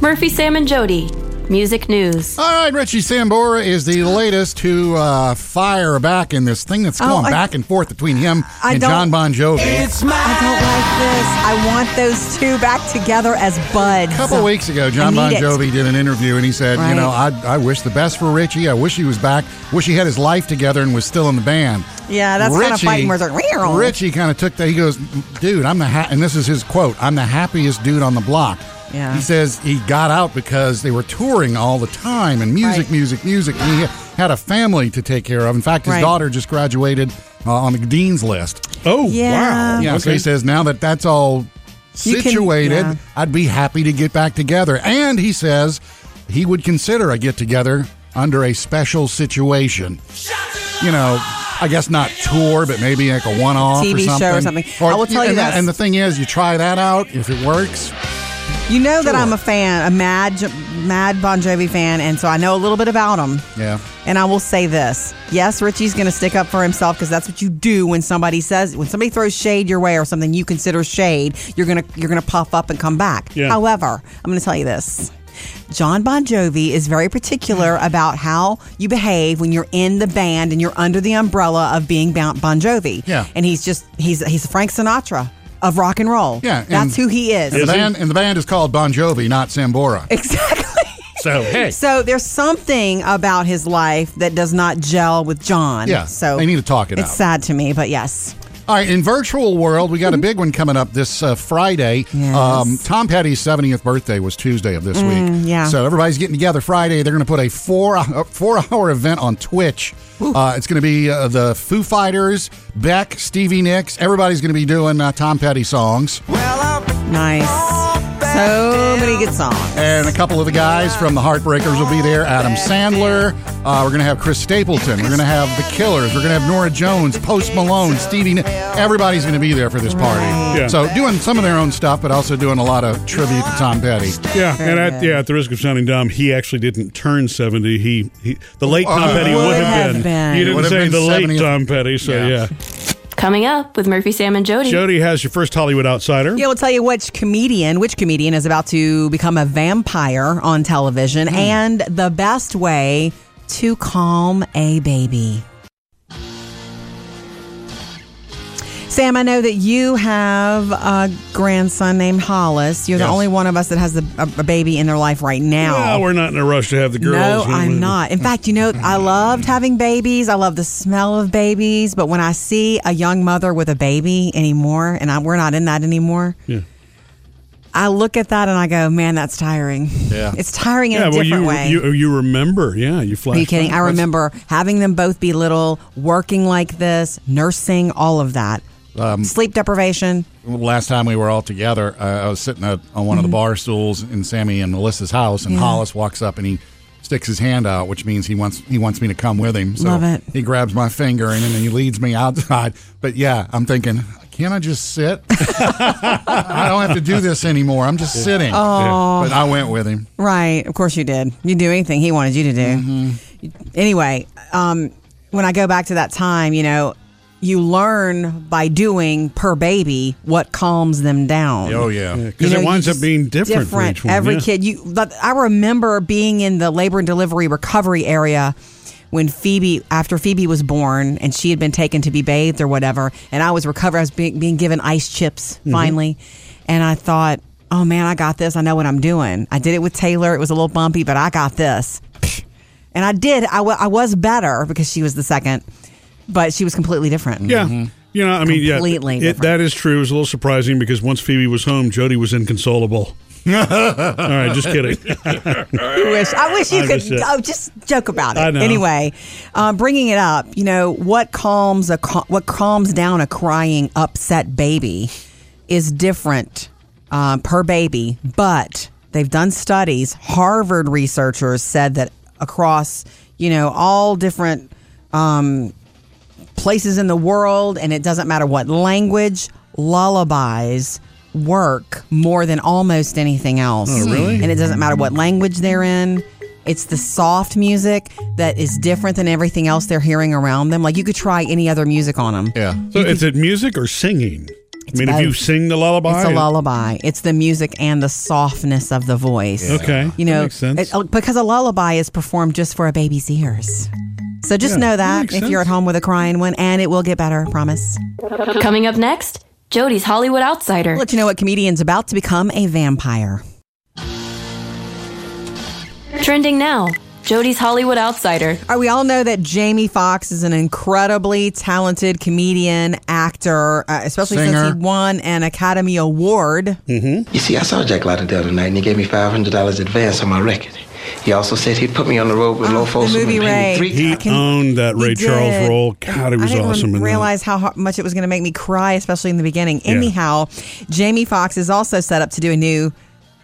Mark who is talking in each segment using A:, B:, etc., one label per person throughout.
A: Murphy, Sam, and Jody. Music news.
B: All right, Richie Sambora is the latest to uh, fire back in this thing that's
C: Oh,
B: going
C: I-
B: back and forth between him
C: I
B: and
C: don't-
B: John Bon Jovi.
C: I don't like this. I want those two back together as buds.
B: A couple weeks ago, John
C: I
B: Bon
C: need it.
B: Jovi did an interview and he said, You
C: Right.
B: know, I, I wish the best for Richie. I wish he was back. Wish he had his life together and was still in the band.
C: Yeah, that's kinda fighting words, like, "Meow."
B: Richie kind of took that. He goes, Dude, I'm the, ha-, and this is his quote, I'm the happiest dude on the block.
C: Yeah.
B: He says he got out because they were touring all the time and music,
C: Right.
B: music, music. And he had a family to take care of. In fact, his
C: Right.
B: daughter just graduated uh, on the dean's list.
D: Oh,
C: Yeah.
D: wow.
B: Yeah, so
D: Okay.
B: he says now that that's all
C: You can-
B: situated,
C: yeah.
B: I'd be happy to get back together. And he says he would consider a get together under a special situation. You know, I guess not tour, but maybe like a one off
C: TV show or something. I will tell you
B: and
C: this.
B: and the thing is, you try that out. If it works,
C: You know that
B: Sure.
C: I'm a fan, a mad, mad Bon Jovi fan, and so I know a little bit about him.
B: yeah.
C: And I will say this: Yes, Richie's going to stick up for himself because that's what you do when somebody says when somebody throws shade your way or something you consider shade. You're gonna you're gonna puff up and come back.
D: Yeah.
C: However, I'm going to tell you this. John Bon Jovi is very particular
B: Mm.
C: about how you behave when you're in the band and you're under the umbrella of being Bon Bon Jovi.
B: Yeah.
C: And he's just he's he's Frank Sinatra of rock and roll.
B: Yeah, and-
C: That's who he is.
B: The
D: he?
B: band, and the band is called Bon Jovi, not Sambora.
C: Exactly.
D: So, hey.
C: So there's something about his life that does not gel with John.
B: Yeah,
C: So
B: they need to talk it
C: It's
B: out.
C: sad to me, but yes.
B: All right, in virtual world, we got a big one coming up this uh, Friday.
C: Mm-hmm.
B: Um,
C: Yes.
B: Tom Petty's 70th birthday was Tuesday of this week.
C: Mm, yeah.
B: So everybody's getting together Friday. They're going to put a four uh, four hour event on Twitch. Uh, it's going to be uh, the Foo Fighters, Beck, Stevie Nicks. Everybody's going to be doing uh, Tom Petty songs,
C: Nice. So many good songs.
B: and a couple of the guys from the Heartbreakers will be there. Adam Sandler. Uh, we're going to have Chris Stapleton. We're going to have the Killers. We're going to have Nora Jones, Post Malone, Stevie. Nicks. Everybody's going to be there for this party.
D: Yeah.
B: So doing some of their own stuff, but also doing a lot of tribute to Tom Petty.
D: Yeah,
C: Very
D: and at,
C: good.
D: yeah, at the risk of sounding dumb, he actually didn't turn seventy. He, he the late Tom
B: Uh,
D: Petty
B: Would
D: would
C: have
D: have been.
C: been.
D: You
B: Would have
D: didn't say
B: been
D: the
B: 70th.
D: late Tom Petty, so
B: Yeah.
D: yeah.
A: Coming up with Murphy, Sam, and Jody.
D: Jody has your first Hollywood outsider.
C: Yeah, we'll tell you which comedian, which comedian is about to become a vampire on television
B: Hmm.
C: and the best way to calm a baby. Sam, I know that you have a grandson named Hollis. You're
B: Yes.
C: the only one of us that has a, a baby in their life right now.
D: Well, we're not in a rush to have the
C: No,
D: girls.
C: I'm not. In fact, you know, I loved having babies. I love the smell of babies. But when I see a young mother with a baby anymore, and I, we're not in that anymore,
D: Yeah.
C: I look at that and I go, man, that's tiring. Yeah. It's tiring in
D: Yeah,
C: a
D: well,
C: different
D: you,
C: way.
D: you you remember? Yeah, you flash.
C: Are you kidding? I
D: back.
C: remember having them both be little, working like this, nursing, all of that.
D: Um,
C: Sleep deprivation.
B: Last time we were all together, uh, I was sitting at, on one of the bar stools in Sammy and Melissa's house, and
C: Mm-hmm. Yeah.
B: Hollis walks up and he sticks his hand out, which means he wants he wants me to come with him. So
C: Love it.
B: he grabs my finger and then he leads me outside. But yeah, I'm thinking, can I just sit? I don't have to do this anymore. I'm just sitting.
D: Oh.
B: But I went with him.
C: Right. Of course you did. You do anything he wanted you to do.
B: Mm-hmm.
C: Anyway, um, when I go back to that time, you know, you learn by doing per baby what calms them down.
B: Oh yeah.
C: You
D: because
C: know,
D: it
C: you
D: winds up
C: just-
D: being different. for each one,
C: every
D: yeah.
C: kid. You, but I remember being in the labor and delivery recovery area when Phoebe, after Phoebe was born, and she had been taken to be bathed or whatever, and I was recovering. I was being, being given ice chips
D: Mm-hmm.
C: finally, and I thought, "Oh man, I got this. I know what I'm doing. I did it with Taylor. It was a little bumpy, but I got this." And I did. I wa- I was better because she was the second, but she was completely different. Mm-hmm.
D: Yeah.
B: Mm-hmm.
D: You know, I mean, yeah,
C: Completely
D: it-
C: different.
D: that is true. It was a little surprising because once Phoebe was home, Jody was inconsolable. All right, just kidding.
C: I wish, I wish you
D: I
C: could
D: miss it.
C: oh, just joke about it.
D: I know.
C: Anyway, um, bringing it up, you know what calms a cal- what calms down a crying upset baby is different uh, per baby, but they've done studies. Harvard researchers said that across you know all different um, places in the world, and it doesn't matter what language, lullabies work more than almost anything else.
D: Oh, really?
C: And it doesn't matter what language they're in. It's the soft music that is different than everything else they're hearing around them. Like you could try any other music on them.
B: Yeah.
D: So, is it music or singing? I mean, if you
C: both.
D: sing the lullaby,
C: It's a lullaby. It's the music and the softness of the voice.
D: Okay,
C: You know,
D: that makes sense.
C: it- oh, because a lullaby is performed just for a baby's ears. So just
D: Yeah,
C: know
D: that
C: that if
D: makes
C: you're at
D: sense.
C: home with a crying one, and it will get better, I promise.
A: Coming up next, Jody's Hollywood Outsider.
C: I'll let you know what comedian's about to become a vampire.
A: Trending now, Jody's Hollywood Outsider.
C: All right, we all know that Jamie Foxx is an incredibly talented comedian, actor, uh, especially
B: Singer.
C: since he won an Academy Award.
E: You see, I saw Jack Lauderdale tonight, and he gave me five hundred dollars advance on my record. He also said he'd put me on the road with
C: Oh,
E: Lo
C: the
E: Folsom
C: movie
E: and pay
C: Ray.
E: me three
D: he
C: Can-
D: owned that
C: He
D: Ray Charles
C: did.
D: role. God, he
C: I
D: was
C: didn't
D: awesome. in that.
C: realize how ho- much it was going to make me cry, especially in the beginning.
D: Yeah.
C: Anyhow, Jamie Foxx is also set up to do a new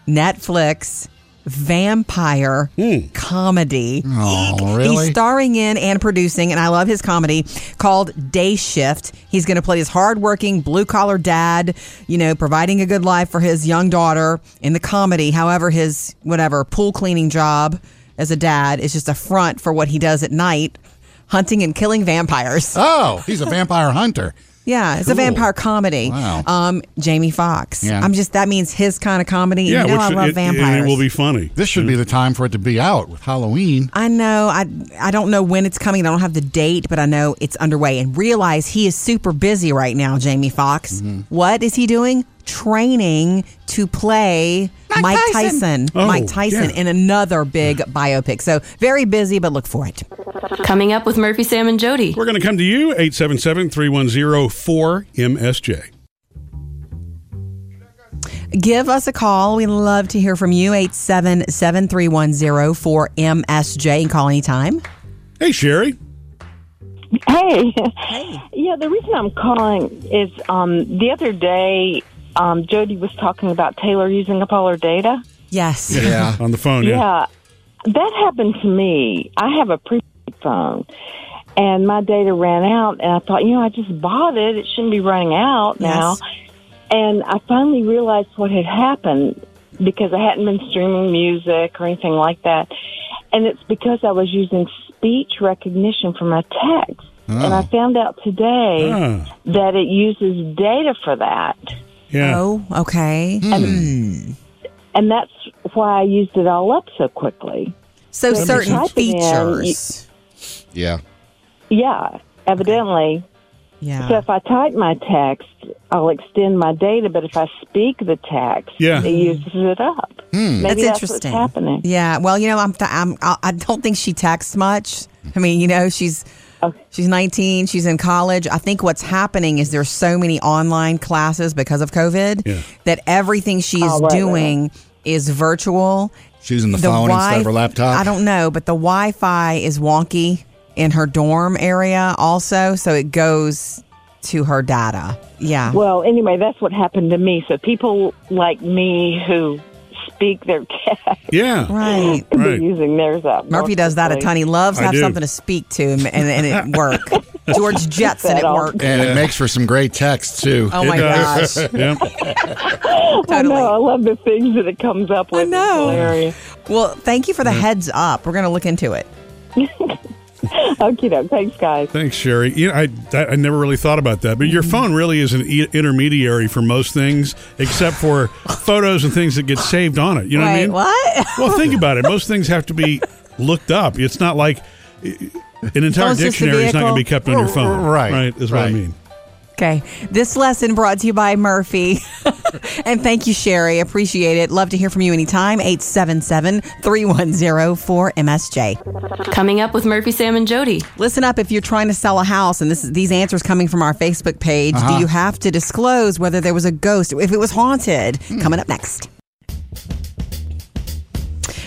C: Netflix vampire
D: Hmm.
C: comedy.
B: Oh, really?
C: He's starring in and producing, and I love his comedy called Day Shift. He's going to play this hardworking blue collar dad, you know, providing a good life for his young daughter in the comedy. However, his whatever pool cleaning job as a dad is just a front for what he does at night, hunting and killing vampires.
B: oh, he's a vampire hunter.
C: Yeah, it's a
B: Cool.
C: vampire comedy.
B: Wow.
C: Um, Jamie Fox.
B: Yeah.
C: I'm just that means his kind of comedy.
D: Yeah,
C: you know
D: which
C: I love
D: it, and
C: vampires.
D: it will be funny.
B: This should be the time for it to be out with Halloween.
C: I know. I I don't know when it's coming. I don't have the date, but I know it's underway. And realize he is super busy right now, Jamie Foxx. What is he doing? Training to play Mike, Tyson.
D: Oh,
C: Mike Tyson
D: yeah.
C: in another big biopic. So very busy, but look for it.
A: Coming up with Murphy, Sam, and Jody.
D: We're going to come to you 877-310-4MSJ.
C: Give us a call. We love to hear from you. 877-310-4MSJ and call anytime.
D: Hey, Sherry.
F: Hey. Yeah, the reason I'm calling is um, the other day um, Jody was talking about Taylor using up all her data.
C: Yes.
B: Yeah.
D: on the phone. Yeah.
F: that happened to me. I have a prepaid phone, and my data ran out, and I thought, you know, I just bought it. It shouldn't be running out now.
C: Yes.
F: And I finally realized what had happened because I hadn't been streaming music or anything like that. And it's because I was using speech recognition for my text. And I found out today
D: Ah,
F: that it uses data for that.
D: yeah.
C: Oh, okay.
F: And that's why I used it all up so quickly.
C: So
F: When you
C: certain
F: type it in, you-
C: features.
B: Yeah.
F: Yeah, evidently.
C: Yeah.
F: So if I type my text, I'll extend my data, but if I speak the text,
D: Yeah.
F: it uses it up. Maybe
C: Hmm. That's
F: that's,
C: interesting.
F: what's happening.
C: Yeah. Well, you know, I'm. Th- I'm. I I don't think she texts much. I mean, you know, she's
F: Okay.
C: she's 19. She's in college. I think what's happening is there's so many online classes because of COVID
D: Yeah.
C: that everything she is
F: Oh, right,
C: doing is virtual.
B: She's using the, phone instead of her
C: Wi-
B: laptop.
C: I don't know, but the Wi-Fi is wonky in her dorm area also, so it goes to her data. Yeah.
F: Well, anyway, that's what happened to me. So people like me who speak their text,
D: Yeah.
C: right.
F: they're
D: Right.
F: using theirs up.
C: Murphy does that a ton. He loves to
D: I
C: have
D: do.
C: something to speak to and, and, and it work. George Jetson
F: That
C: at
F: all.
C: work.
B: and it makes for some great text, too.
C: Oh my
D: it does. Oh,
C: gosh.
D: yeah.
F: I know. I
C: Totally.
F: love the things that it comes up with. It's
C: know.
F: hilarious.
C: Well, thank you for the
D: Mm.
C: heads up. We're going to look into it.
F: Okie doke. Thanks, guys.
D: Thanks, Sherry. You know, I that, I never really thought about that, but
C: Mm-hmm.
D: your phone really is an e- intermediary for most things, except for photos and things that get saved on it. You know what I
C: Wait,
D: mean?
C: what?
D: Well, think about it. Most things have to be looked up. It's not like an entire
C: Phone's just a
D: dictionary is not going to be kept on your phone.
B: Right,
D: Right. Is what I
B: right.
D: mean.
C: Okay. This lesson brought to you by Murphy. and thank you, Sherry. Appreciate it. Love to hear from you anytime. 877 310 4MSJ.
A: Coming up with Murphy, Sam, and Jody.
C: Listen up if you're trying to sell a house, and this is, these answers coming from our Facebook page. Do you have to disclose whether there was a ghost, if it was haunted? Coming up next.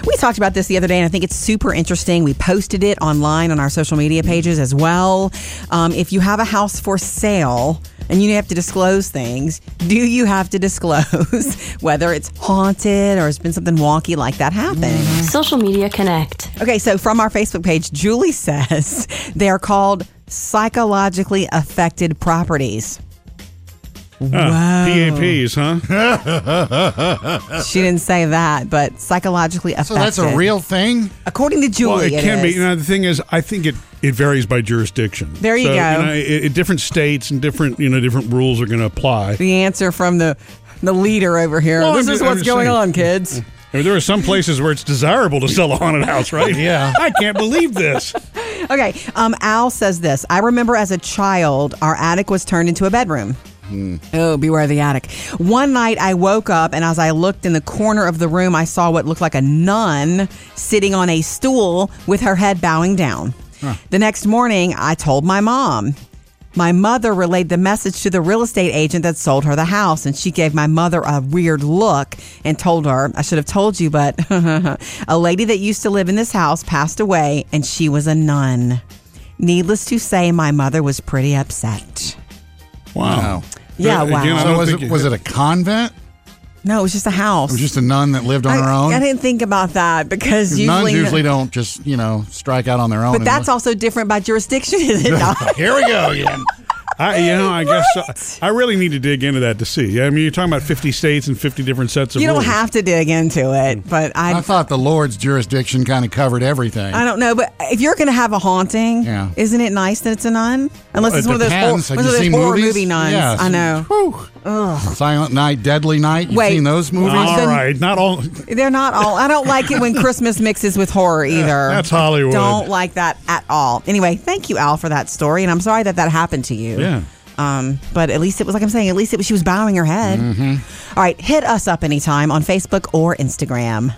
C: We talked about this the other day, and I think it's super interesting. We posted it online on our social media pages as well. Um, if you have a house for sale and you have to disclose things, do you have to disclose whether it's haunted or it's been something wonky like that happening?
A: Social media connect.
C: Okay, so from our Facebook page, Julie says they are called psychologically affected properties. Wow.
D: PAPs, huh?
C: She didn't say that, but psychologically affected.
B: So that's a real thing?
C: According to Julie,
D: Well, it,
C: it
D: can
C: is.
D: be. Now, the thing is, I think it, it varies by jurisdiction.
C: There you
D: So,
C: go.
D: know, it, it- different states and different you know different rules are going to apply.
C: the answer from the the leader over here.
D: Well,
C: this
D: I'm
C: is
D: ju- I'm
C: what's
D: just
C: going
D: saying.
C: on, kids.
D: I mean, there are some places where it's desirable to sell a haunted house, right?
B: Yeah.
D: I can't believe this.
C: Okay. Um, Al says this. I remember as a child, our attic was turned into a bedroom. Oh, beware the attic. One night I woke up and as I looked in the corner of the room, I saw what looked like a nun sitting on a stool with her head bowing down. The next morning, I told my mom. My mother relayed the message to the real estate agent that sold her the house, and she gave my mother a weird look and told her, I should have told you, but a lady that used to live in this house passed away, and she was a nun. Needless to say, my mother was pretty upset.
D: Wow.
C: Yeah,
D: Again,
C: wow.
D: Oh. I
B: So
D: don't
B: was
D: think
B: it was it a convent?
C: No, it was just a house.
B: It was just a nun that lived on her
C: I,
B: own?
C: I didn't think about that because
B: 'Cause Nuns
C: usually,
B: usually don't just, you know, strike out on their own.
C: but
B: and
C: that's
B: look-
C: also different by jurisdiction, is it not?
B: Here we go again.
D: I, you know, I guess uh, I, I really need to dig into that to see. I mean, you're talking about 50 states and 50 different sets of
C: you don't
D: rules.
C: have to dig into it,
B: Mm.
C: but I,
B: I thought the Lord's jurisdiction kind of covered everything.
C: I don't know. But if you're going to have a haunting,
B: Yeah.
C: isn't it nice that it's a nun? Unless
D: Well,
C: it's
D: it
C: one of those, hor-
B: Hands,
C: one
B: have
C: of
B: you
C: those
B: seen
C: horror
B: movies?
C: movie nuns.
B: Yeah,
C: I know.
B: Whew. Silent Night, Deadly Night. You've
C: Wait.
B: seen those movies?
C: Uh,
D: All
C: Then-
D: right, not all.
C: They're not all. I don't like it when Christmas mixes with horror either.
D: that's Hollywood.
C: Don't like that at all. Anyway, thank you, Al, for that story, and I'm sorry that that happened to you.
D: Yeah.
C: Um, but at least it was like I'm saying. At least it was she was bowing her head.
D: Mm-hmm.
C: All right, hit us up anytime on Facebook or Instagram.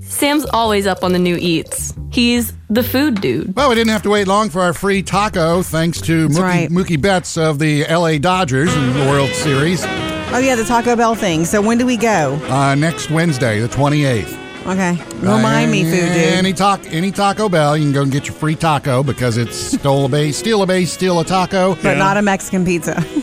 A: Sam's always up on the new eats. He's the food dude.
B: Well, we didn't have to wait long for our free taco thanks to Mookie,
C: right.
B: Mookie Betts of the LA Dodgers in the World Series
C: Oh yeah, the Taco Bell thing. So when do we go?
B: uh, next Wednesday, the 28th.
C: Okay, remind me, food dude.
B: Any, ta- any Taco Bell, you can go and get your free taco because it's stole a base, steal a base, steal a taco.
C: But not a Mexican pizza.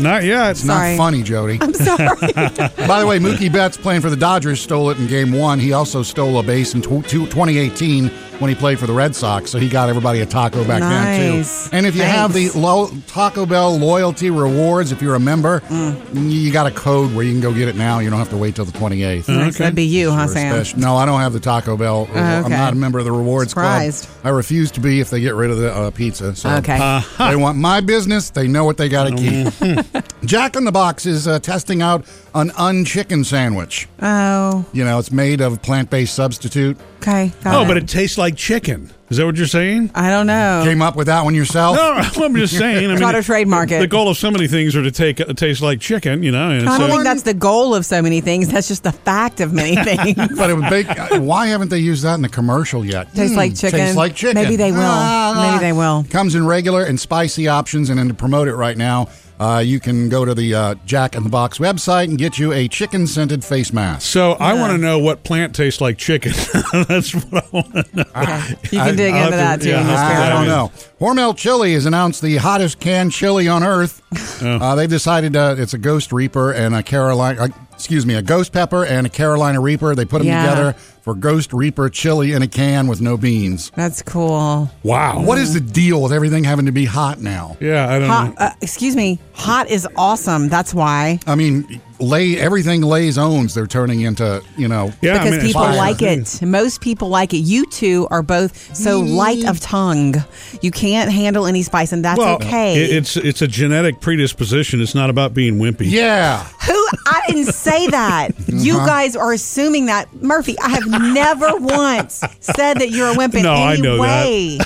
D: Not yet.
B: It's not
C: Sorry.
B: funny, Jody.
C: I'm sorry.
B: By the way, Mookie Betts playing for the Dodgers stole it in game one. He also stole a base in tw- two- 2018 when he played for the Red Sox, so he got everybody a taco back
C: Nice.
B: then, too. And if you have the
C: Thanks.
B: lo- Taco Bell loyalty rewards, if you're a member,
C: Mm.
B: y- you got a code where you can go get it now. You don't have to wait till the 28th.
C: Nice, That'd be you, huh,
B: Or
C: Sam? Oh,
B: special- No, I don't have the Taco Bell. I'm
C: okay.
B: not a member of the rewards
C: Surprised.
B: club. I refuse to be if they get rid of the uh, pizza. So
C: Okay.
B: they want my business. They know what they got to keep. Jack in the Box is uh, testing out an unchicken sandwich.
C: oh,
B: You know, it's made of plant-based substitute.
C: okay. got
D: Oh, but it tastes like chicken. Is that what you're saying?
C: I don't know.
B: Came up with that one yourself.
D: No, I'm just saying. I mean,
C: Try to Oh. trademark it.
D: The goal of so many things are to take uh, taste like chicken, you know. And
C: I
D: so-
C: don't think that's the goal of so many things. That's just the fact of many things.
B: But it would bake, why haven't they used that in the commercial yet? Hmm,
C: Tastes like chicken.
B: Tastes like chicken. Ah,
C: Maybe they will. Maybe they will.
B: Comes in regular and spicy options, and then to promote it right now, uh, you can go to the uh, Jack in the Box website and get you a chicken scented face mask.
D: So I want to know what plant tastes like chicken. That's what I want to know.
C: Okay. You can dig into
D: I'll have
C: that
D: to-
C: too.
D: yeah,
C: Miss
D: I'll have to
B: Ah, I
C: Farrell.
B: don't
D: is.
B: know. Hormel Chili has announced the hottest canned chili on earth.
D: Oh.
B: Uh, they've decided uh, it's a Ghost Reaper and a Carolina, uh, excuse me, a Ghost Pepper and a Carolina Reaper. They put them
C: Yeah.
B: together for Ghost Reaper chili in a can with no beans.
C: That's cool.
D: Wow.
B: What is the deal with everything having to be hot now?
D: Yeah, I don't
C: Hot,
D: know.
C: uh, excuse me. Hot is awesome. That's why.
B: I mean, lay everything Lay's owns. They're turning into you know.
D: Yeah,
C: because
D: I mean,
C: people
B: fire.
C: like it. Most people like it. You two are both so light of tongue. You can't handle any spice, and that's
D: Well,
C: okay.
D: it- it's it's a genetic predisposition. It's not about being wimpy.
B: Yeah,
C: Who? I didn't say that.
D: Uh-huh.
C: You guys are assuming that, Murphy. I have never once said that you're a wimp in
D: No,
C: any
D: I know that.
C: way.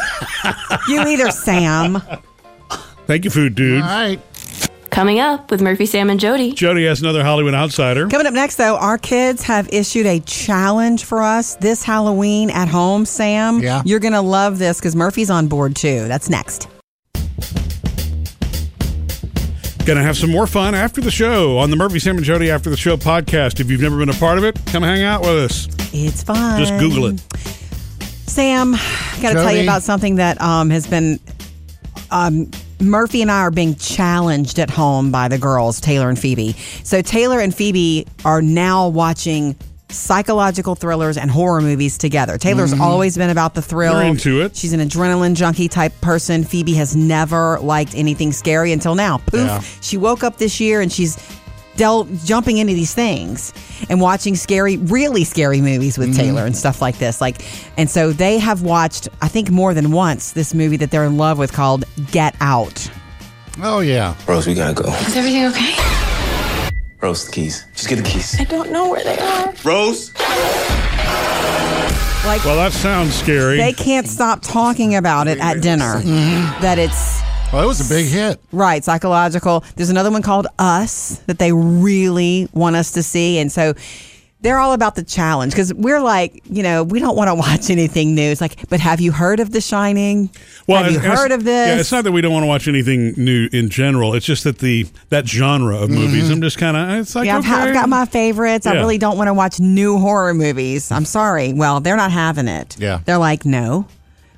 C: you either, Sam.
D: Thank you, food dude.
B: all right.
A: Coming up with Murphy, Sam, and Jody.
D: Jody has another Hollywood outsider.
C: Coming up next, though, our kids have issued a challenge for us this Halloween at home, Sam.
B: Yeah.
C: You're going to love this because Murphy's on board too. That's next.
D: Gonna have some more fun after the show on the Murphy Sam and Jody After the Show podcast. If you've never been a part of it, come hang out with us.
C: It's fun.
D: Just Google
C: Um,
D: it.
C: Sam, got to tell
B: Jody.
C: you about something that um, has been. Um, Murphy and I are being challenged at home by the girls, Taylor and Phoebe. So Taylor and Phoebe are now watching psychological thrillers and horror movies together. Taylor's always been about the thrill.
D: Mm-hmm. You're into it.
C: She's an adrenaline junkie type person. Phoebe has never liked anything scary until now. Poof.
B: Yeah.
C: She woke up this year and she's del- jumping into these things and watching scary, really scary movies with Taylor and stuff like this. Like, and so they have watched, I think, more than once this movie that they're in love with called Get Out.
B: Oh, yeah.
G: Rose, we gotta go.
H: Is everything okay?
G: Rose, the keys. Just get the keys.
H: I don't know where they are.
G: Rose?
C: Like,
D: Well, that sounds scary.
C: they can't stop talking about it at dinner. That it's
B: Well, it was a big hit.
C: Right, psychological. There's another one called Us that they really want us to see. And so they're all about the challenge because we're like, you know, we don't want to watch anything new. It's like, but have you heard of The Shining? have you
D: it's- it's-
C: heard of
D: Yeah, it's
C: this?
D: not that we don't want to watch anything new in general. It's just that the that genre of movies. I'm just kind of. It's like
C: Mm-hmm. yeah, I've, ha- I've
D: okay.
C: got my favorites. I
D: Yeah.
C: really don't want to watch new horror movies. I'm sorry. Well, they're not having it.
B: Yeah.
C: They're like, no,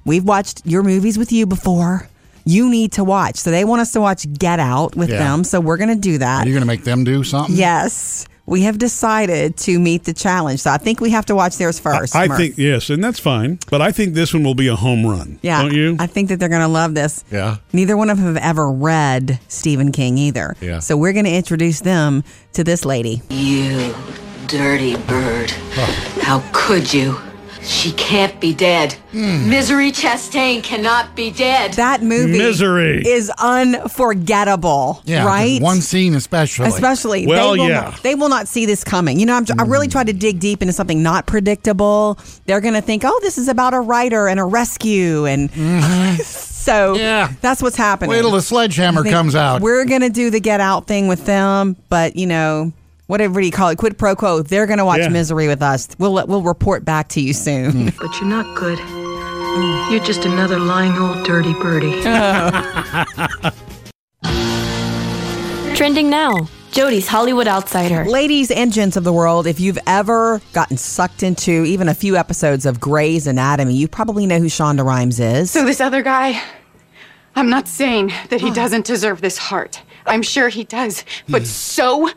C: we've watched your movies with you before. You need to watch. So they want us to watch Get Out with
B: Yeah.
C: them. So we're going to do that.
B: Are you going to make them do something?
C: Yes, we have decided to meet the challenge. So I think we have to watch theirs first.
D: I
C: Murph.
D: think yes, and that's fine. But I think this one will be a home run.
C: Yeah,
D: don't you?
C: I think that they're going to love this.
B: Yeah.
C: Neither one of them have ever read Stephen King either.
B: Yeah.
C: So we're going to introduce them to this lady.
I: You dirty bird. How could you? She can't be dead. Misery Chastain cannot be dead.
C: That movie
D: Misery.
C: is unforgettable.
B: Yeah.
C: right.
B: One scene, especially.
C: Especially,
D: Well,
C: they will
D: yeah. Mm.
C: Not, they will not see this coming. You know, I'm, I really tried to dig deep into something not predictable. They're going to think, oh, this is about a writer and a rescue, and so
B: Yeah.
C: that's what's happening.
B: Mm-hmm. Wait till the sledgehammer comes out.
C: We're going to do the get out thing with them, but you know. Whatever you call it, quid pro quo. They're going to watch
D: Yeah.
C: Misery with us. We'll we'll report back to you soon.
I: But you're not good. You're just another lying old dirty birdie.
A: Trending now. Jody's Hollywood Outsider.
C: Ladies and gents of the world, if you've ever gotten sucked into even a few episodes of Grey's Anatomy, you probably know who Shonda Rhimes is.
F: So this other guy, I'm not saying that he doesn't deserve this heart. I'm sure he does, but so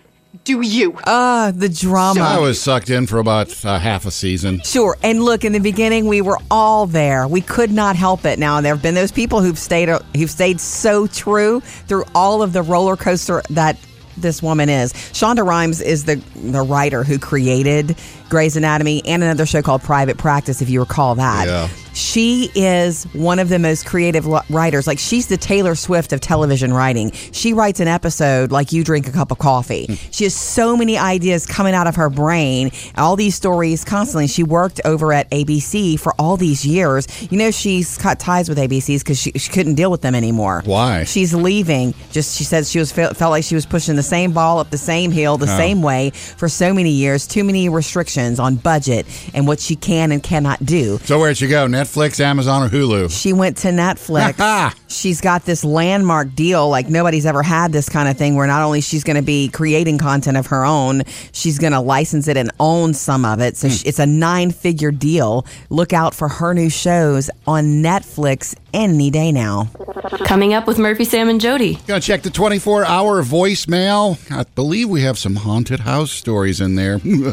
F: do you.
C: Uh, the drama.
B: I was sucked in for about uh, half a season.
C: Sure. And look, in the beginning, we were all there. We could not help it. Now, there have been those people who've stayed uh, who've stayed so true through all of the roller coaster that this woman is. Shonda Rhimes is the the writer who created Grey's Anatomy and another show called Private Practice, if you recall that.
B: Yeah.
C: She is one of the most creative lo- writers. Like she's the Taylor Swift of television writing. She writes an episode like you drink a cup of coffee. She has so many ideas coming out of her brain. All these stories constantly. She worked over at ABC for all these years. You know she's cut ties with ABCs because she, she couldn't deal with them anymore.
B: Why?
C: She's leaving. Just she said she was felt felt like she was pushing the same ball up the same hill the same way for so many years. Too many restrictions on budget and what she can and cannot do.
B: So where'd you go? Netflix, Amazon, or Hulu?
C: She went to Netflix. she's got this landmark deal like nobody's ever had this kind of thing where not only she's going to be creating content of her own, she's going to license it and own some of it. So she- it's a nine-figure deal. Look out for her new shows on Netflix any day now.
A: Coming up with Murphy, Sam, and Jody.
B: Gonna check the 24 hour voicemail. I believe we have some haunted house stories in there.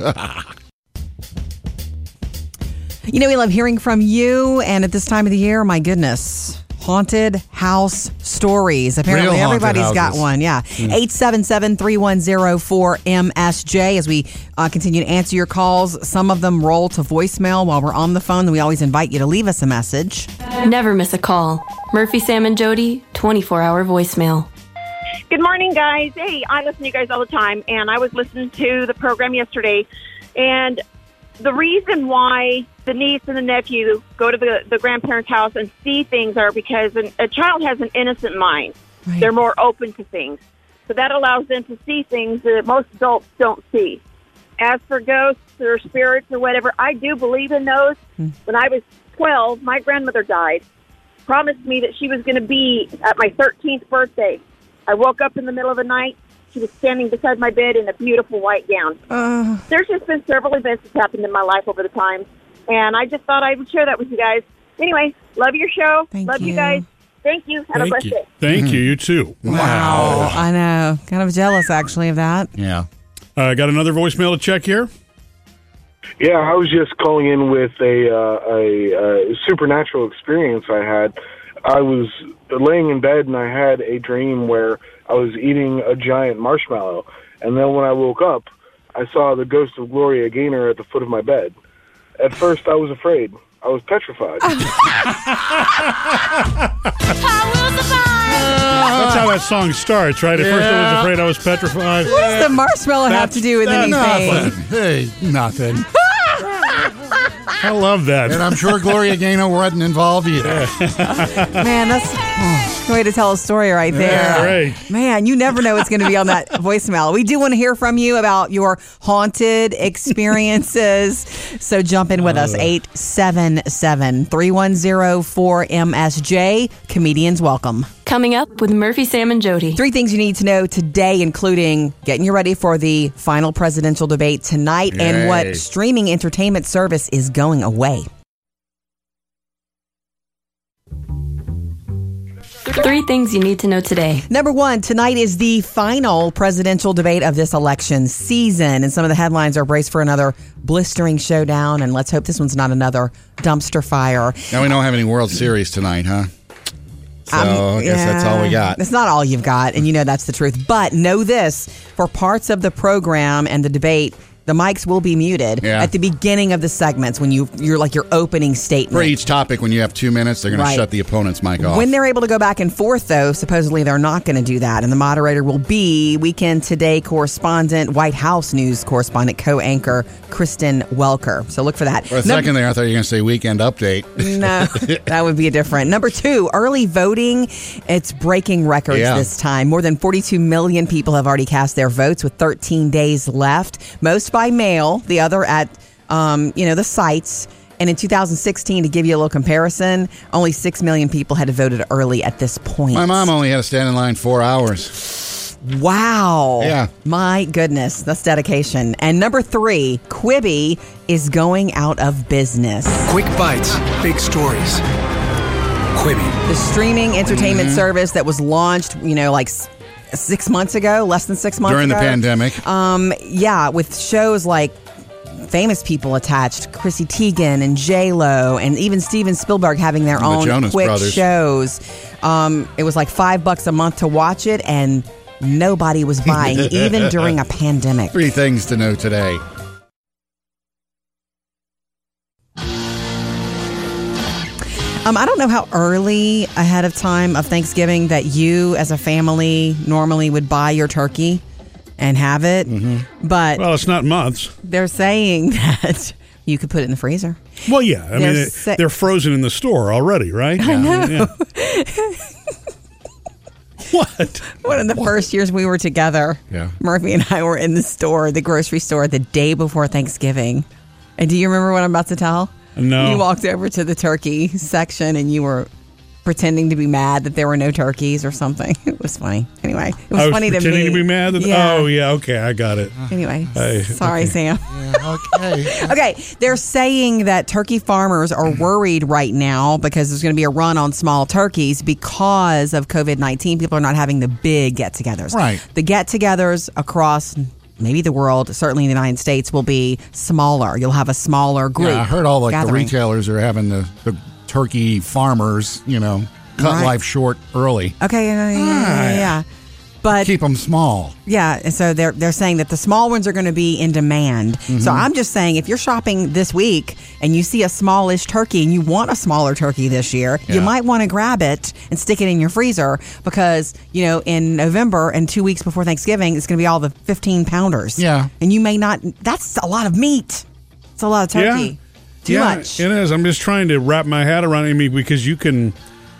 C: You know we love hearing from you and at this time of the year, my goodness. Haunted house stories. Apparently,
B: Real haunted
C: everybody's got
B: houses. Hmm.
C: one. one. Yeah. 877 310 As we uh, continue to answer your calls, some of them roll to voicemail while we're on the phone. We always invite you to leave us a message.
A: Never miss a call. Murphy, Sam, and Jody, 24 hour voicemail.
F: Good morning, guys. Hey, I listen to you guys all the time, and I was listening to the program yesterday, and the reason why the niece and the nephew go to the, the grandparents' house and see things are because an, a child has an innocent mind.
C: Right.
F: They're more open to things. So that allows them to see things that most adults don't see. As for ghosts or spirits or whatever, I do believe in those.
C: Hmm.
F: When I was 12, my grandmother died, promised me that she was going to be at my 13th birthday. I woke up in the middle of the night. She was standing beside my bed in a beautiful white gown. There's just been several events that's happened in my life over the time, and I just thought I would share that with you guys. Anyway, love your show.
C: Thank
F: love you.
C: you.
F: guys. Thank you. Have a
D: Thank
F: blessed
D: you.
F: day.
C: Mm-hmm.
D: Thank you. You too.
C: Wow. I know. Kind of jealous, actually, of that.
B: yeah.
D: Uh, got another voicemail to check here.
J: Yeah, I was just calling in with a uh, a, uh supernatural experience I had. I was laying in bed and I had a dream where I was eating a giant marshmallow, and then when I woke up, I saw the ghost of Gloria Gaynor at the foot of my bed. At first, I was afraid. I was petrified.
D: That's
C: Ah.
D: how that song starts, right? At first, I
B: Yeah.
D: was afraid I was petrified.
C: What does the marshmallow have to do with
D: that's
C: anything?
B: Nothing. Hey, nothing.
D: I love that.
B: And I'm sure Gloria Gaynor wasn't involved either.
C: Man, that's oh, way to tell a story right
D: All
C: there.
D: right.
C: Man, you never know what's going to be on that voicemail. We do want to hear from you about your haunted experiences. so jump in with us 877 310 4MSJ. Comedians welcome.
A: Coming up with Murphy, Sam, and Jody.
C: Three things you need to know today, including getting you ready for the final presidential debate tonight and
B: Yay.
C: what streaming entertainment service is going away.
A: Three things you need to know today.
C: Number one, tonight is the final presidential debate of this election season, and some of the headlines are braced for another blistering showdown, and let's hope this one's not another dumpster fire.
B: Now we don't have any World Series tonight, huh? So
C: Um,
B: Oh, I guess that's all we
C: yeah,
B: got.
C: It's not all you've got, and you know that's the truth. But know this for parts of the program and the debate, the mics will be muted
B: Yeah.
C: at the beginning of the segments when you, you're like your opening statement.
B: For each topic, when you have two minutes, they're going
C: Right.
B: to shut the opponent's mic off.
C: When they're able to go back and forth, though, supposedly they're not going to do that. And the moderator will be Weekend Today correspondent, White House news correspondent, co anchor Kristen Welker. So look for that.
B: For a
C: Num-
B: second there, I thought you were going to say weekend update.
C: no, that would be a different. Number two, early voting. It's breaking records
B: Yeah.
C: this time. More than 42 million people have already cast their votes with 13 days left, most by mail, the other at, um, you know, the sites. And in 2016, to give you a little comparison, only 6 million people had voted early at this point.
B: My mom only had to stand in line four hours.
C: Wow.
B: Yeah.
C: My goodness. That's dedication. And number three, Quibi is going out of business.
K: Quick bites, big stories. Quibi.
C: the streaming entertainment
B: Mm-hmm.
C: service that was launched, you know, like s- six months ago, less than six months
B: During the
C: ago.
B: pandemic.
C: Um, yeah, with shows like famous people attached, Chrissy Teigen and J Lo, and even Steven Spielberg having their
B: the
C: own
B: Jonas
C: quick
B: Brothers.
C: shows. Um, it was like five bucks a month to watch it, and nobody was buying, even during a pandemic.
B: Three things to know today.
C: Um, I don't know how early ahead of time of Thanksgiving that you, as a family, normally would buy your turkey and have it,
D: Mm-hmm.
C: but
D: Well, it's not months.
C: they're saying that you could put it in the freezer.
D: Well, yeah. I mean,
C: They're
D: it-
C: sa-
D: they're frozen in the store already, right? I know. what?
C: One of the first years we were together,
B: Yeah.
C: Murphy and I were in the store, the grocery store, the day before Thanksgiving. And do you remember what I'm about to tell?
D: No.
C: You walked over to the turkey section and you were pretending to be mad that there were no turkeys or something. It was funny. Anyway, it was,
D: I was
C: funny to me.
D: pretending to, be mad. That, Oh, yeah. Okay, I got it.
C: Anyway,
D: Hey,
C: sorry, Sam.
B: Okay.
C: Okay, they're saying that turkey farmers are worried right now because there's going to be a run on small turkeys because of COVID 19. People are not having the big get togethers.
B: Right.
C: The get togethers across maybe the world, certainly in the United States, will be smaller. You'll have a smaller group.
B: Yeah, I heard all like the
C: gathering.
B: retailers are having the, the turkey farmers, you know, cut
C: Right. Uh,
B: life short early.
C: Okay, yeah, yeah, yeah, yeah,
B: Ah.
C: yeah. But
B: Keep them small.
C: Yeah, and so they're they're saying that the small ones are going to be in demand. So I'm just saying, if you're shopping this week and you see a smallish turkey and you want a smaller turkey this year, you
B: Yeah.
C: might want to grab it and stick it in your freezer because you know in November and two weeks before Thanksgiving, it's going to be all the 15 pounders.
B: Yeah.
C: and you may not. That's a lot of meat. It's a lot of turkey. Too
D: yeah,
C: much.
D: It is. I'm just trying to wrap my hat around it. I mean, because you can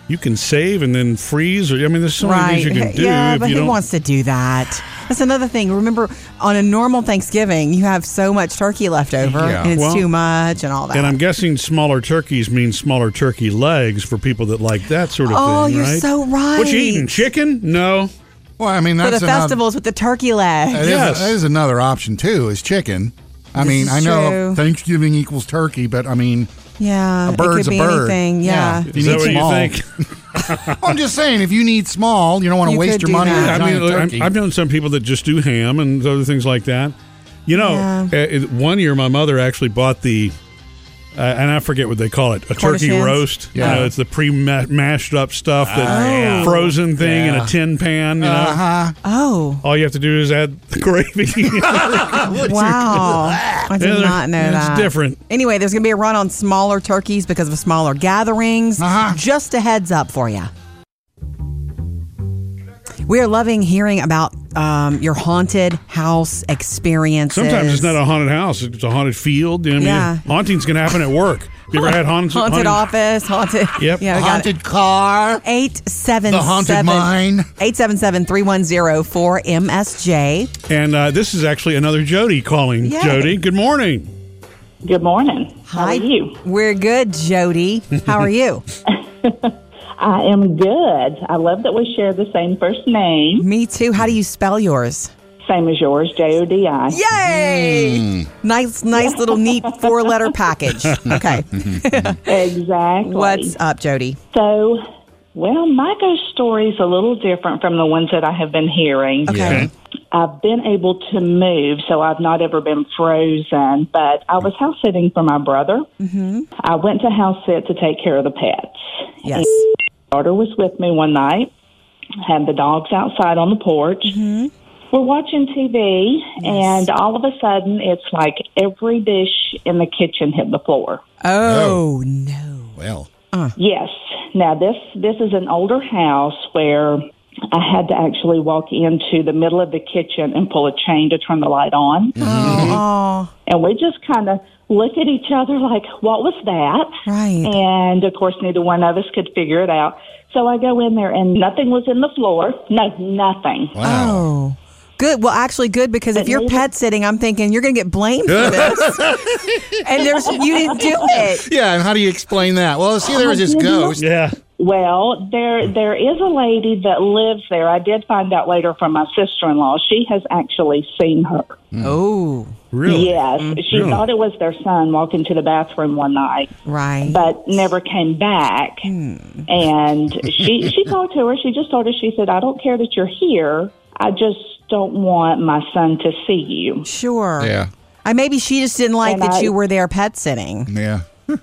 D: you can save and then freeze. Or I mean, there's so many things you can do.
C: Yeah,
D: if
C: but
D: you
C: who
D: don't-
C: wants to do that? That's another thing. Remember, on a normal Thanksgiving, you have so much turkey left over,
B: Yeah.
C: and it's
D: Well,
C: too much and all that.
D: And I'm guessing smaller turkeys mean smaller turkey legs for people that like that sort of
C: Oh,
D: thing.
C: you're
D: right?
C: so right.
D: What you eating? Chicken? No.
B: Well, I mean,
C: For
B: that's
C: the
B: another-
C: festivals with the turkey
B: that
C: leg.
B: is-
D: Yes.
B: that is another option, too, is chicken. I
C: This
B: mean,
C: is
B: I know
C: true.
B: Thanksgiving equals turkey, but I mean,
C: Yeah,
B: a bird's
C: it could
B: a
C: be
B: bird.
C: anything. Yeah.
B: If
D: Is
B: you
D: that
B: need
D: what
B: small.
D: you think?
B: I'm just saying, if you need small, you don't want to
C: You
B: waste
C: could
B: your
C: do
B: money
C: that.
B: on a
D: I mean,
B: giant
D: look, I'm-
B: turkey.
D: I've known some people that just do ham and other things like that. You know, uh, it- one year my mother actually bought the, uh, and I forget what they call it, a turkey
L: Cornichons?
D: roast.
L: Yeah.
D: You know, it's the pre mashed up stuff, the
L: Ah, yeah.
D: frozen thing in
L: Yeah.
D: a tin pan. You know,
L: Uh-huh.
C: Oh.
D: all you have to do is add the gravy.
C: wow. I did
D: Yeah,
C: not know
D: it's
C: that.
D: different.
C: Anyway, there's going to be a run on smaller turkeys because of smaller gatherings.
D: Uh-huh.
C: Just a heads up for you. We are loving hearing about um, your haunted house experiences.
D: Sometimes it's not a haunted house; it's a haunted field. You know what I mean?
C: Yeah.
D: haunting's can happen at work. You ever had haunted
C: haunted office, haunted.
D: Yep.
C: Yeah, we got
D: Haunted
C: it. car. Eight seven
D: The haunted mine.
C: Eight seven seven three one zero four MSJ.
D: And uh, this is actually another Jody calling.
C: Yay.
D: Jody, good morning.
I: Good morning. How
C: Hi.
I: are you?
C: We're good, Jody. How are you?
I: I am good. I love that we share the same first name.
C: Me too. How do you spell yours?
I: Same as yours, J O D I.
C: Yay!
D: Hmm.
C: Nice, nice little neat four letter package. Okay.
I: exactly.
C: What's up, Jody?
I: So, well, my ghost story is a little different from the ones that I have been hearing.
C: Okay.
I: I've been able to move, so I've not ever been frozen, but I was house sitting for my brother.
C: Mm-hmm.
I: I went to house sit to take care of the pets.
C: Yes.
I: My daughter was with me one night, had the dogs outside on the porch. We're watching TV, and all of a sudden, it's like every dish in the kitchen hit the floor.
C: Oh, no.
B: Well,
I: Yes. Now this this is an older house where I had to actually walk into the middle of the kitchen and pull a chain to turn the light on.
C: Oh.
I: And we just kind of look at each other like, "What was that?"
C: Right.
I: And of course, neither one of us could figure it out. So I go in there, and nothing was in the floor. No, nothing.
C: Oh. Good. Well, actually, good because if you're pet sitting, I'm thinking you're going to get blamed for this. and there's you didn't do it.
B: yeah, and how do you explain that? Well, see, there was this
I: Oh,
B: ghost.
I: goodness.
D: Yeah.
I: Well, there there is a lady that lives there. I did find out later from my sister in law. She has actually seen her.
C: Oh.
I: Yes. She thought it was their son walking to the bathroom one night.
C: Right.
I: But never came back. And she she talked to her. She just told her, she said, I don't care that you're here. I just don't want my son to see you.
C: Sure. I, maybe she just didn't like
I: And
C: that
I: I- Mm-hmm.
C: you were there pet sitting
B: Yeah.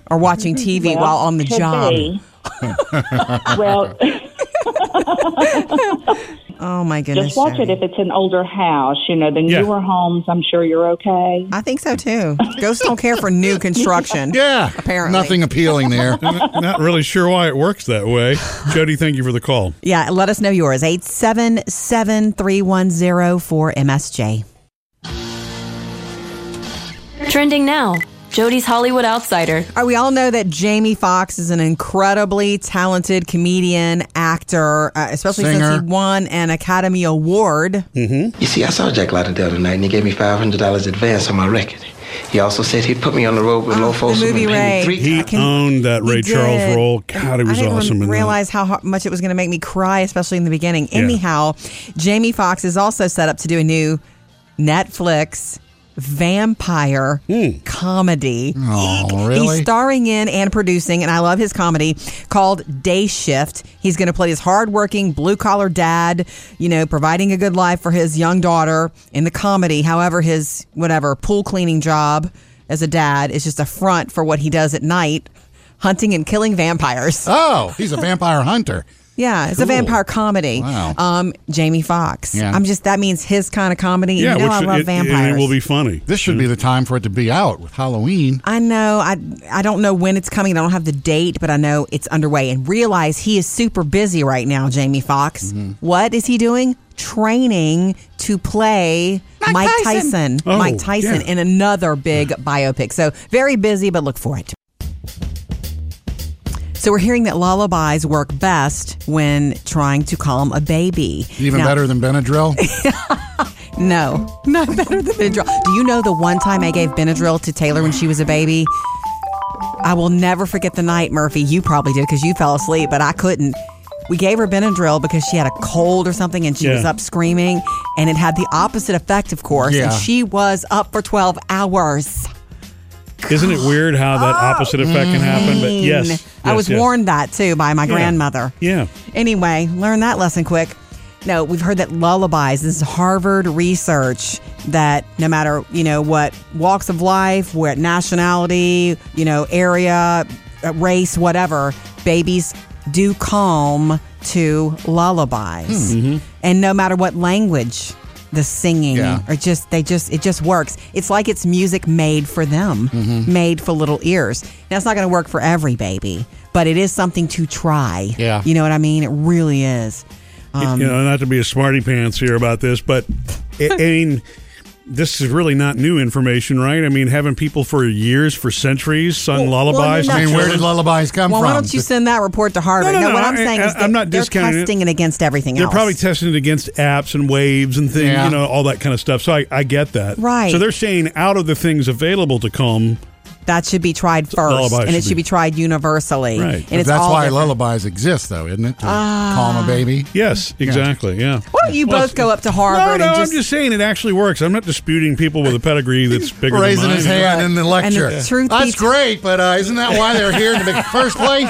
C: or watching TV
I: Well,
C: while on the
I: could
C: job.
I: be. Well,
C: Oh my goodness.
I: just watch it if it's an older house. You know, the
C: Yeah.
I: newer homes, I'm sure you're okay.
C: I think so too. Ghosts don't care for new construction.
B: Yeah.
C: Apparently.
B: Nothing appealing there.
D: Not really sure why it works that way. Jody, thank you for the call.
C: Yeah, let us know yours. 877 310 msj
A: Trending now Jody's Hollywood Outsider.
C: All right, we all know that Jamie Foxx is an incredibly talented comedian, actor, uh, especially
E: Singer.
C: since he won an Academy Award.
E: Mm-hmm. You see, I saw Jack London the other night, and he gave me five hundred dollars advance on my record. He also said he'd put me on the road with Lo Folsom and
C: Ah, movie
E: pay
C: Ray.
E: me three
D: He owned that Ray
C: did.
D: Charles role. God, he was
C: I didn't
D: awesome. in that.
C: realize how ho- much it was going to make me cry, especially in the beginning.
D: Yeah.
C: Anyhow, Jamie Foxx is also set up to do a new Netflix vampire
B: Hmm.
C: comedy.
B: Oh,
C: He's
B: really?
C: starring in and producing, and I love his comedy called Day Shift. He's going to play his hardworking blue collar dad, you know, providing a good life for his young daughter in the comedy. However, his whatever pool cleaning job as a dad is just a front for what he does at night, hunting and killing vampires.
B: Oh, he's a vampire hunter.
C: Yeah, it's a
B: Cool.
C: vampire comedy.
B: Wow.
C: Um, Jamie Foxx.
B: Yeah.
C: I'm just that means his kind of comedy.
B: Yeah,
C: you know
B: which
C: I
B: it-
C: love
B: it- it
C: vampires.
D: will be funny.
B: This should
D: Mm-hmm.
B: be the time for it to be out with Halloween.
C: I know. I I don't know when it's coming. I don't have the date, but I know it's underway. And realize he is super busy right now, Jamie Foxx. What is he doing? Training to play Mike,
L: Tyson.
C: Tyson.
L: Oh,
C: Mike Tyson
L: yeah.
C: in another big biopic. So very busy, but look for it. So we're hearing that lullabies work best when trying to calm a baby.
B: Even
C: Now-
B: better than Benadryl.
C: no, not better than Benadryl. Do you know the one time I gave Benadryl to Taylor when she was a baby? I will never forget the night, Murphy. You probably did because you fell asleep, but I couldn't. We gave her Benadryl because she had a cold or something and she was
L: Yeah.
C: up screaming, and it had the opposite effect, of course. And
D: Yeah.
C: she was up for 12 hours.
D: Isn't it weird how that opposite effect can happen? But yes,
C: Oh, I
D: yes,
C: was
D: yes.
C: warned that too by my
D: Yeah.
C: grandmother.
D: Yeah.
C: Anyway, learn that lesson quick. No, we've heard that lullabies, this is Harvard research that no matter, you know, what walks of life, what nationality, you know, area, uh, race, whatever, babies do calm to lullabies.
L: Mhm.
C: And no matter what language, the singing
L: Yeah.
C: or just they just it just works. It's like it's music made for them,
D: Mm-hmm.
C: made for little ears. Now it's not going to work for every baby, but it is something to try.
D: Yeah.
C: You know what I mean? It really is. Um,
D: you know, not to be a smarty pants here about this, but I I mean, this is really not new information, right? I mean, having people for years, for centuries, sung lullabies.
B: I mean, where did lullabies come
C: well,
B: from?
C: why don't you send that report to Harvard?
D: No, no, no,
C: what I'm
D: I-
C: saying is
D: I- I'm not
C: they're
D: discounting it.
C: testing it. against everything
D: They're
C: else.
D: probably testing it against apps and waves and things,
C: Yeah.
D: you know, all that kind of stuff. So I, I get that.
C: Right.
D: So they're saying out of the things available to come,
C: that should be tried first,
D: Lullaby
C: and it
D: should
C: should
D: be-
C: be tried universally.
D: Right.
C: And it's
B: that's
C: all
B: why
C: different. Ah.
B: lullabies exist, though, isn't it? To calm a baby.
D: Yes, exactly. Yeah.
C: Why don't you
D: Well,
C: both go up to
D: No,
C: Harvard
D: no,
C: and
D: I'm just saying it actually works. I'm not disputing people with a pedigree that's bigger
B: Raising
D: than mine.
B: his hand in the lecture.
D: Yeah.
B: that's great, but uh, isn't that why they're here in the first place?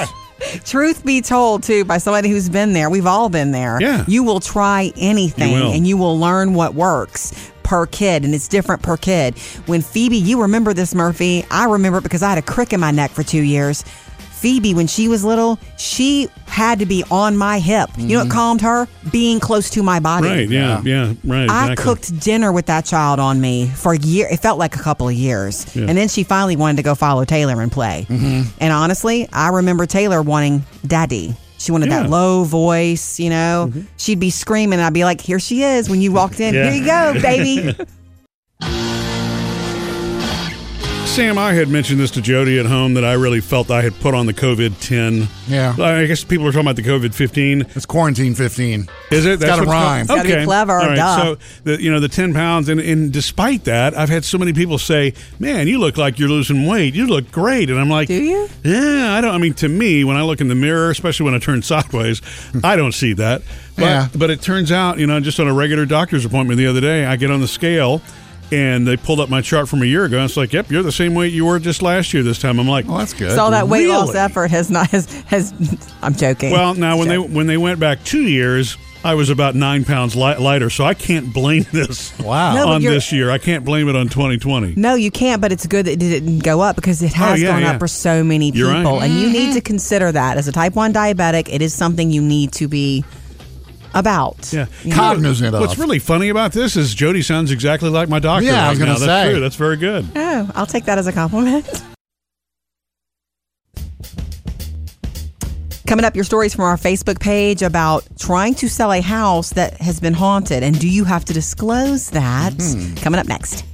C: Truth be told, too, by somebody who's been there, we've all been there.
B: Yeah.
C: You will try anything
B: You will.
C: and you will learn what works per kid, and it's different per kid. When Phoebe, you remember this, Murphy, I remember it because I had a crick in my neck for two years. Phoebe, when she was little, she had to be on my hip. You know
B: Mm-hmm.
C: what calmed her? Being close to my body.
D: Right. Yeah. Yeah. right.
C: I
D: exactly.
C: cooked dinner with that child on me for a year. It felt like a couple of years.
D: Yeah.
C: And then she finally wanted to go follow Taylor and play.
D: Mhm.
C: And honestly, I remember Taylor wanting daddy. She wanted
D: Yeah. Mm-hmm.
C: that low voice, you know. She'd be screaming. I'd be like, here she is when you walked in.
D: Yeah.
C: Here you go, baby.
D: Sam, I had mentioned this to Jody at home that I really felt I had put on the COVID 10.
B: Yeah.
D: I guess people are talking about the COVID 15. It's
B: quarantine 15.
D: Is it?
B: It's gotta
D: what called?
B: rhyme. It's gotta be clever,
D: All right.
B: duh.
D: So, the, you know, the 10 pounds. And, and despite that, I've had so many people say, man, you look like you're losing weight. You look great. And I'm like, do
C: you?
D: Yeah. I don't. I mean, to me, when I look in the mirror, especially when I turn sideways, I don't see that. But,
B: Yeah.
D: but it turns out, you know, just on a regular doctor's appointment the other day, I get on the scale and they pulled up my chart from a year ago. And it's like, yep, you're the same weight you were just last year this time. I'm like, well, that's good.
C: so all that weight loss effort has not, has, has I'm joking.
D: Well, now when they when they went back two years, I was about nine pounds li- lighter, so I can't blame this. Wow,
C: No, but
D: on
C: you're-
D: this year, I can't blame it on 2020.
C: No, you can't, but it's good that it didn't go up because it has
D: Oh, yeah,
C: gone
D: yeah.
C: up for so many people.
D: You're right.
C: And you need to consider that. As a type 1 diabetic, it is something you need to be about.
D: Yeah.
C: You know?
D: What's really funny about this is Jody sounds exactly like my doctor.
C: Yeah, I
D: right
C: was
D: now.
C: gonna
D: That's
C: say.
D: true. That's very good.
C: Oh, I'll take that as a compliment. Coming up, your stories from our Facebook page about trying
D: Mm-hmm.
C: to sell a house that has been haunted. And do you have to disclose that? Coming up next.